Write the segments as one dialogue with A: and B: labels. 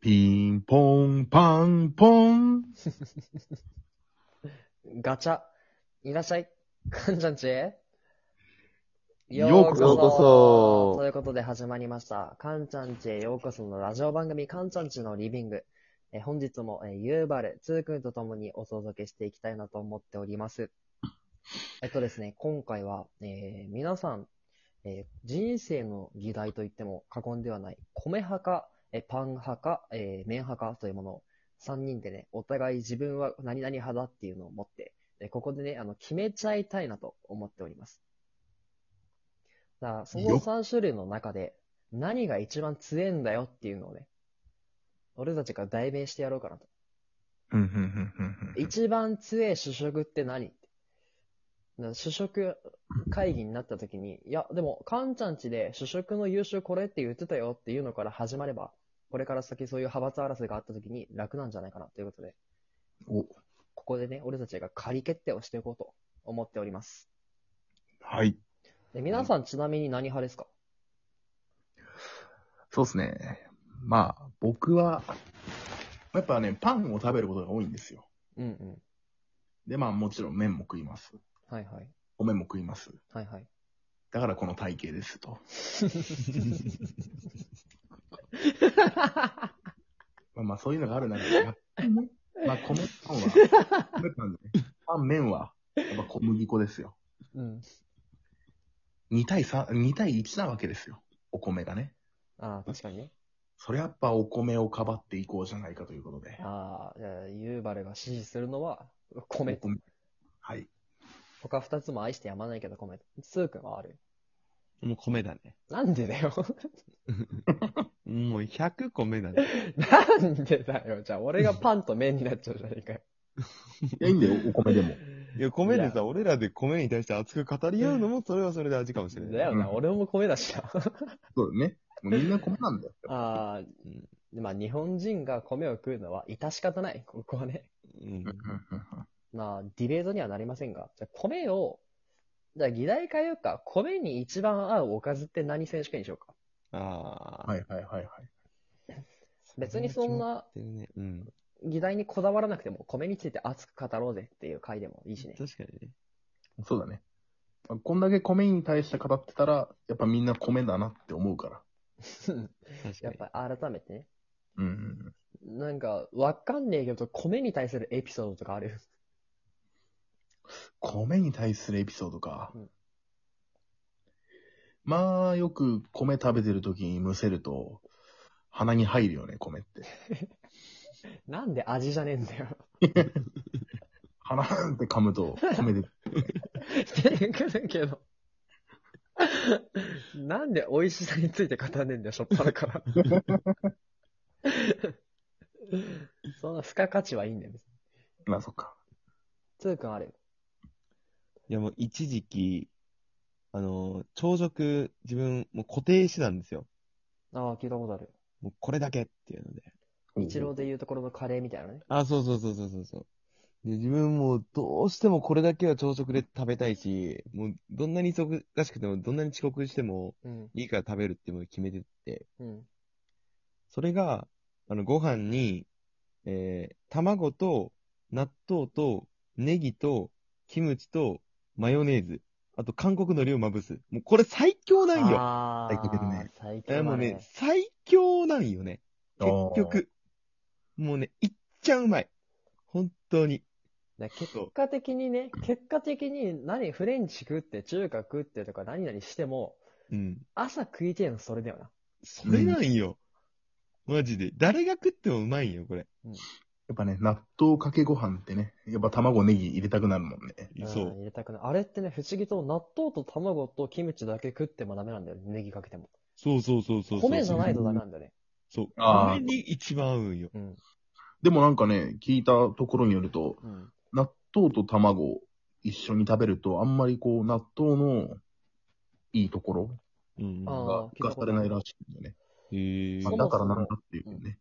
A: ピンポンパンポン。
B: ガチャ、いらっしゃい、かんちゃんちへ。
A: ようこそ
C: ようこそ
B: ということで始まりました。かんちゃんちへようこそのラジオ番組、かんちゃんちのリビング。えー本日も、えーゆうばる、つーくんとともにお届けしていきたいなと思っております。えっとですね、今回は、えー皆さん、えー人生の議題といっても過言ではない、米派か、えーパン派か、えー麺派かというものを3人でね、お互い自分は何々派だっていうのを持って、えーここでね、あの、決めちゃいたいなと思っております。だからそ
A: よ
B: の
A: っ
B: 3種類の中で、何が一番強えんだよっていうのをね、俺たちから代弁してやろうかなと。
A: うんうんうんうんうん
B: 一番強い主食って何な主食会議になった時に、いや、でも、カンちゃんちで主食の優秀これって言ってたよっていうのから始まれば、これから先そういう派閥争いがあった時に楽なんじゃないかなということで、
A: お
B: ここでね、俺たちが仮決定をしていこうと思っております。
A: はい。
B: で皆さんちなみに何派ですか
A: そうですね。まあ、僕は、やっぱね、パンを食べることが多いんですよ。
B: うんうん。
A: で、まあもちろん麺も食います。
B: はいはい。
A: お麺も食います。
B: はいはい。
A: だからこの体型です と。まあまあそういうのがある中で、 やっぱりねまあ米パン は、米パンね。パン麺は、やっぱ小麦粉ですよ。
B: うん。
A: 2対3、2対1なわけですよ。お米がね。
B: ああ、確かにね。
A: それやっぱお米をかばっていこうじゃないかということで。
B: ああ、じゃあユーバルが支持するのは、米
A: お米はい。
B: 他二つも愛してやまないけど、米。スー君はある。
C: もう米だね。
B: なんでだよ。
C: もう100米だ ね。
B: なんでだよ。じゃあ、俺がパンと麺になっちゃうじゃねえかよ。
A: いや、いいんだよ、お米でも。
C: いや、米でさ、俺らで米に対して熱く語り合うのも、それはそれで味かもしれない。
B: だよな、
A: うん
B: 俺も米だしな。
A: そうだね。もうみんな米なんだよ。
B: ああ、まあ、日本人が米を食うのは致し方ない。ここはね。
C: うん。
B: まあ、ディベートにはなりませんが。じゃあ、米を、じゃあ、議題かいうか、米に一番合うおかずって何選手権にしようか。
C: ああ。
A: はいはいはいはい。
B: 別にそんな
C: それは決まってるね。うん。
B: 議題にこだわらなくても、米について熱く語ろうぜっていう回でもいいしね。
C: 確かにね。
A: そうだね。まあこんだけ米に対して語ってたら、やっぱみんな米だなって思うから。
C: 確か
B: やっ
C: に。
B: ぱり改めてね。
A: うんうん
B: なんか、わかんねえけど、米に対するエピソードとかある。
A: 米に対するエピソードか。
B: うん
A: まあ、よく米食べてる時にむせると、鼻に入るよね、米って。
B: なんで味じゃねえんだよ。
A: 鼻なんて噛むと、米で。
B: 出てくるけど。 なんで美味しさについて語んねえんだよ、しょっぱなから。 そんな付加価値はいいんだよ、別に。
A: まあ、そっか。
B: つーくんある。
C: いや、もう一時期、あのー、朝食、自分、もう固定してたんですよ。
B: ああ、聞いたことある。
C: もうこれだけっていうので。
B: 一郎で言うところのカレーみたいなね。
C: あ、そうそうそうそうそうそう。で、自分もうどうしてもこれだけは朝食で食べたいし、もうどんなに忙しくても、どんなに遅刻しても、
B: うん。
C: いいから食べるってもう決めてて、
B: うん。
C: それが、あの、ご飯に、えー、卵と、納豆と、ネギと、キムチと、マヨネーズ、あと韓国海苔をまぶす。もうこれ最強なんよ。
B: あ
A: 最強だ
B: あ
A: ね、
B: 最
C: えー
B: 強
C: も
B: だ
C: うね
B: ね。、
C: 最強なんよね。結
A: おー
C: 局。もうね、いっちゃうまい。本当に。
B: だから結果的にね、結果的に何、フレンチ食って、中華食ってとか何々しても、
C: うん。
B: 朝食いてえのそれだよな。
C: それなんよ。マジで。誰が食ってもうまいんよ、これ。
A: やっぱね、納豆かけご飯ってね、やっぱ卵ネギ入れたくなるもんね。
C: そ
B: ん
C: う。
B: 入れたくない。あれってね、不思議と納豆と卵とキムチだけ食ってもダメなんだよね。ネギかけても。
C: そうそうそうそうそう。
B: 米じゃないとダメなんだよね。
C: そう。
A: あー
C: 米に一番合うんよ。
B: うん。
A: でもなんかね、聞いたところによると、
B: うん。
A: 納豆と卵を一緒に食べると、あんまりこう、納豆のいいところ
C: うん。
B: あー
A: が
B: 聞い
A: 付
B: た
A: 加
B: こ
A: さ
B: と
A: れ
B: ある
A: ないらしいんだよね。
C: へえ
A: まあ
B: そもそも
A: だからなんだっていうね。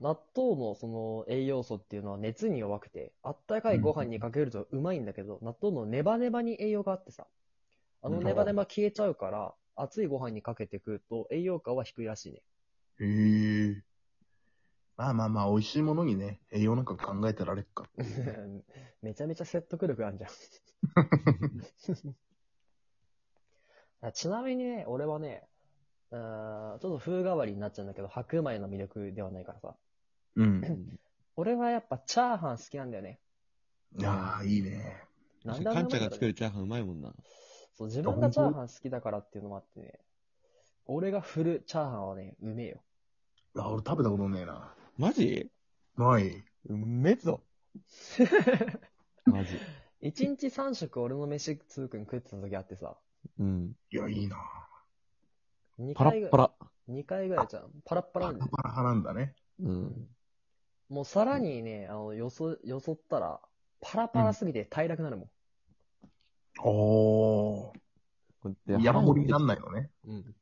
B: 納豆のその栄養素っていうのは熱に弱くて、あったかいご飯にかけるとうまいんだけど、納豆のネバネバに栄養があってさ。あのネバネバ消えちゃうから、熱いご飯にかけて食うと栄養価は低いらしいね。
A: へえ。まあまあまあ、美味しいものにね、栄養なんか考えてられっか。
B: めちゃめちゃ説得力あん じゃん。あちなみにね、俺はね、うーんちょっと風変わりになっちゃうんだけど、白米の魅力ではないからさ。
A: うん。
B: 俺はやっぱチャーハン好きなんだよね。
A: ああ、いいね。
B: なん
C: カンちゃん
B: だ
C: が
B: ろう
C: 作るチャーハンうまいもんな。
B: そう、自分がチャーハン好きだからっていうのもあってね。俺が振るチャーハンはね、うめえよ。
A: あ、俺食べたことねえな。
C: マジ
A: ない。
C: うめえぞ。マジ。
B: 一日三食俺の飯通くん食ってた時あってさ。
C: うん。
A: いや、いいな。
B: 二
C: パラ
B: 回ぐ
C: ッ
B: らい
C: パ。ラ。
B: 2回ぐらいじゃん。パラッ
A: パ
B: パラ
A: ラ
B: なんだよ
A: パラ派なんだね。
C: うん。
B: もうさらにね、あの、よそ、よそったら、パラパラすぎて平らくなるもん。
A: おー。
C: こうやって
A: 山盛りになん
C: い。
A: ないのね。
C: うん。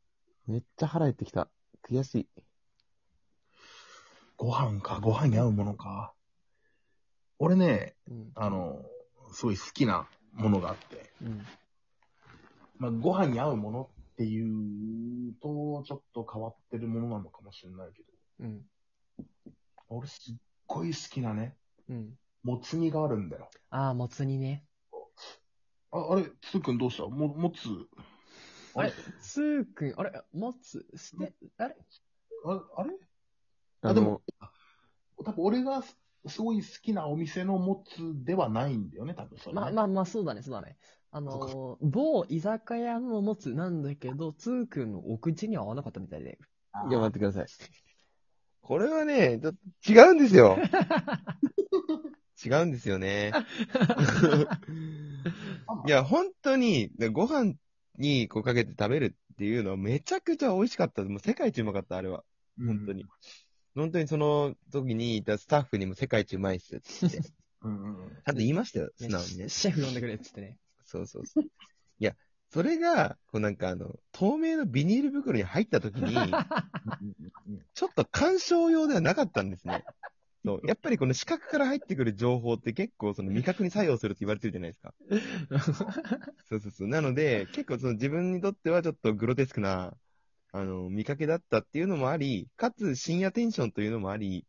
C: めっちゃ腹減ってきた。悔しい。
A: ご飯か、ご飯に合うものか。俺ね、
B: うん。
A: あの、すごい好きなものがあって。
C: うん。
A: まあ、ご飯に合うものっていうと、ちょっと変わってるものなのかもしれないけど。
B: うん。
A: 俺すっごい好きなね、
B: うん。
A: もつ煮があるんだよ。
B: ああ、もつ煮ね。
A: あ、あれ、つーくんどうしたも、もつ。
B: あれつーくん、あれもつ、捨て、あれ
A: ああれあ、
C: あ、
A: で
C: でも
A: も、、多分俺がすすごい好きなお店のもつではないんだよね、多分それ、ね。
B: まあまあまあ、そうだね、そうだね。あのー、某居酒屋のもつなんだけど、つーくんのお口には合わなかったみたいで。
C: いや、待ってください。これはね、ちょっと違うんです よ。違うんですよ ね。いや、本当に、ご飯にこうかけて食べるっていうのはめちゃくちゃ美味しかった。もう世界一うまかった、あれは。
A: うん
C: 本当に。。本当にその時にいたスタッフにも世界一うまいっすって。ち
A: うんうんうん。
C: ゃんと言いましたよ、
B: ね
C: 素直にね。
B: シェフ呼んでくれっつってね。
C: そうそうそう。いや、それが、こうなんかあの、透明のビニール袋に入った時に、ちょっと鑑賞用ではなかったんですね。 そう。やっぱりこの視覚から入ってくる情報って結構その味覚に作用するって言われてるじゃないですか。そうそうそう。なので、結構その自分にとってはちょっとグロテスクな、あの、見かけだったっていうのもあり、かつ深夜テンションというのもあり、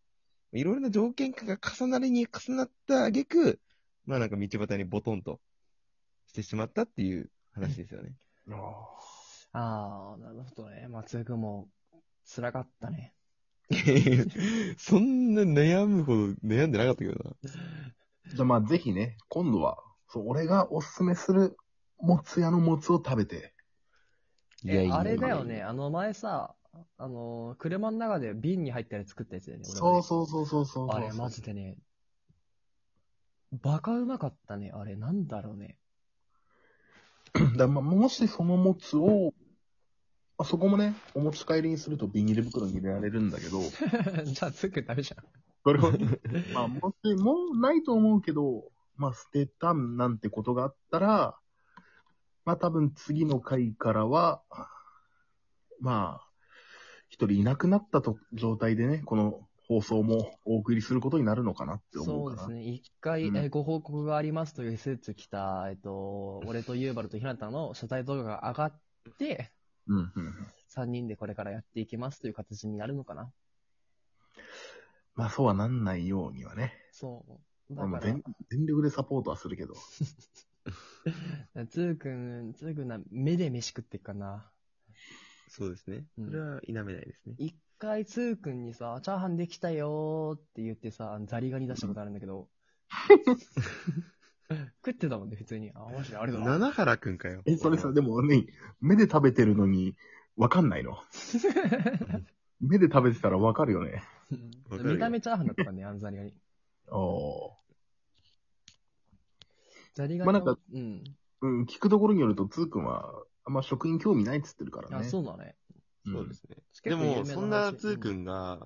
C: いろいろな条件が重なりに重なった挙句、まあなんか道端にボトンとしてしまったっていう話ですよね。
A: あ
B: ああ、なるほどね。まあ、つーくんも、辛かったね。
C: そんな悩むほど悩んでなかったけどな。
A: ーじゃあまあぜひね、今度は、そう、俺がおすすめするもつ屋のもつを食べて。
C: いやい
B: え、
C: や
B: あれだよね。。あの前さ、あのー、車の中で瓶に入ったやつ作ったやつだよね。俺は
A: そ
B: ね
A: うそうそうそうそうそう。
B: あれ、マジでね、バカうまかったね。あれ、なんだろ うね。
A: だまあ、もしそのもつを、あそこもね、お持ち帰りにするとビニール袋に入れられるんだけど、
B: じゃあ、つーくんダメじゃん。
A: それ を、まあ、もし、もうないと思うけど、まあ、捨てたなんてことがあったら、まあ、多分次の回からは、まあ、一人いなくなったと状態でね、この放送もお送りすることになるのかなって思
B: そう
A: か
B: うで
A: ら。
B: すね。一回、
A: うん
B: えご報告がありますというスーツ着た、えっと、俺とユーバルとひなたの謝罪動画が上がって、
A: うんうんうん。
B: 3人でこれからやっていきますという形になるのかな。
A: まあ、そうはなんないようにはね。
B: そう。
A: ま
B: だ
A: あ、も
B: か
A: う全全力でサポートはするけど。
B: ら、つーくん、つーくんな、目で飯食ってっかな。
C: そうですね。
B: うん
C: それは否めないですね。
B: 一回つーくんにさ、チャーハンできたよーって言ってさ、ザリガニ出したことあるんだけ ど。食ってたもんね、普通に。あ、マジであれだな。
C: 七原くんかよ。
A: え、それさ、でもね、目で食べてるのに、わかんない の。目で食べてたらわかるよね。
C: わかるよ
B: 見た目チャーハンだったからね、あのザリガニ。
A: おー。
B: ザリガニ
A: まあなん
B: を、
A: か
B: うん。
A: うん、聞くところによると、つーくんは、あんま職員興味ないっつってるからね。
B: あ、そうだね。
A: うん
C: そうですね。で
B: 結構有名な
C: も、
B: 話
C: そんなつーくんが、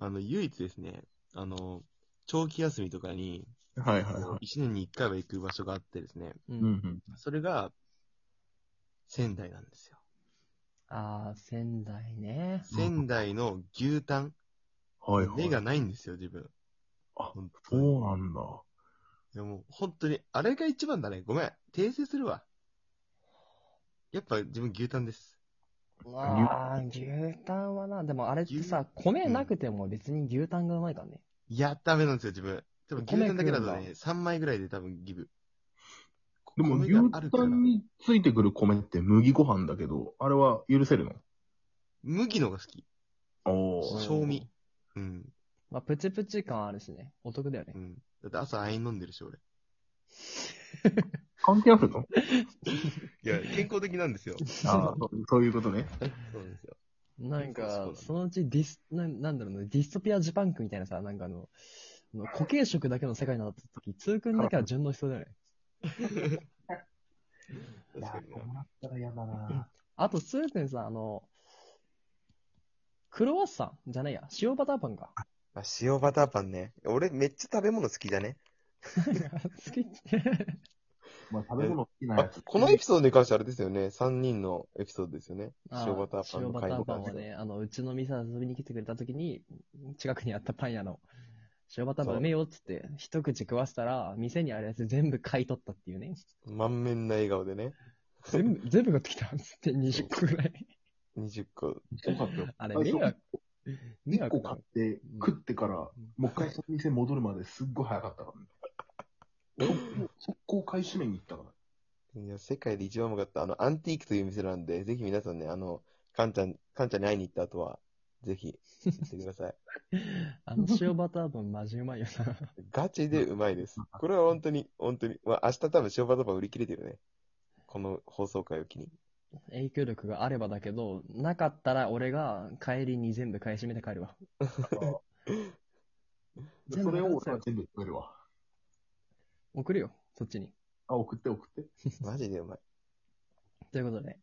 C: あの、唯一ですね、あの、長期休みとかに、
A: はいはいはい。
C: 一年に一回は行く場所があってですね、
B: う。
A: うんん
C: それが、仙台なんですよ。
B: あー、仙台ね。
C: 仙台の牛タン、
A: うん。はいはい。
C: 目がないんですよ、自分。
A: あ
C: 本当に
A: そうなんだ。
C: いやもう、本当に、あれが一番だね。ごめん。訂正するわ。やっぱ自分牛タンです。
B: まあ、牛タンはな、でもあれってさ、米なくても別に牛タンがうまいからね。
C: いや、ダメなんですよ、自分。でも、牛
B: 米
C: タンだけだと
B: 食うん
C: ね、3枚ぐらいで多分ギブ。
A: でも、牛
C: 米があるか
A: タ
C: ら
A: ンについてくる米って麦ご飯だけど、あれは許せるの
C: 麦のが好き。
A: お
B: ー
C: 賞味。うん。
B: まあ、プチプチ感あるしね。お得だよね
C: う。ん。だって朝あい飲んでるし、俺。
A: 関係あるの
C: いや、健康的なん ですよ。
A: ああ、 そうそういうことね。
C: そうなんですよ。
B: なんか
C: そう、そう
B: そのうちディス、なんなんだろうね、ディストピアジャパンクみたいなさ、なんかあの、あの固形色だけの世界になった時、通君だけは順応しそうだよね。
C: 確かにな。
A: なったら嫌だな。
B: あと、通君さ、あの、クロワッサンじゃないや、塩バターパン か。
C: あ、塩バターパンね。俺めっちゃ食べ物好きだね。
B: 好 きって。
A: まあ、食べ物好きな
C: あ
A: やつ。、
C: このエピソードに関してあれですよね。3人のエピソードですよね。
B: あ
C: 塩バターパンの
B: 塩バタ
C: 会
B: ー
C: 合
B: パ
C: が
B: ンはね、あの、うちの店遊びに来てくれた時に、近くにあったパン屋の、塩バターパン
C: そう
B: うめえよっつって、一口食わせたら、店にあるやつ全部買い取ったっていうね。
C: 満面な笑顔でね。
B: 全部、全部買ってきたっつって20個ぐらい。
C: 20個。
A: よかったよ。
B: あれ、
A: 最
B: 迷
A: 初
B: 惑。迷
A: 1
B: 惑
A: 個
B: だ
A: 買って、食ってから、もう一回その店戻るまですっごい早かったからね。速攻買い占めに行ったから。
C: いや、世界で一番うまかった。あの、アンティークという店なんで、ぜひ皆さんね、あの、カンちゃん、カンちゃんに会いに行った後は、ぜひ、行ってください。
B: あの塩バターパンマジうまいよな。
C: ガチでうまいです。これは本当に、本当に。まあ、明日多分塩バターパン売り切れてるね。この放送回を機に。
B: 影響力があればだけど、なかったら俺が帰りに全部買い占めて帰るわ。
A: でそれを俺は全部食べるわ。
B: 送るよ、そっちに。
A: あ、送って送って。
C: マジでうまい。
B: ということで、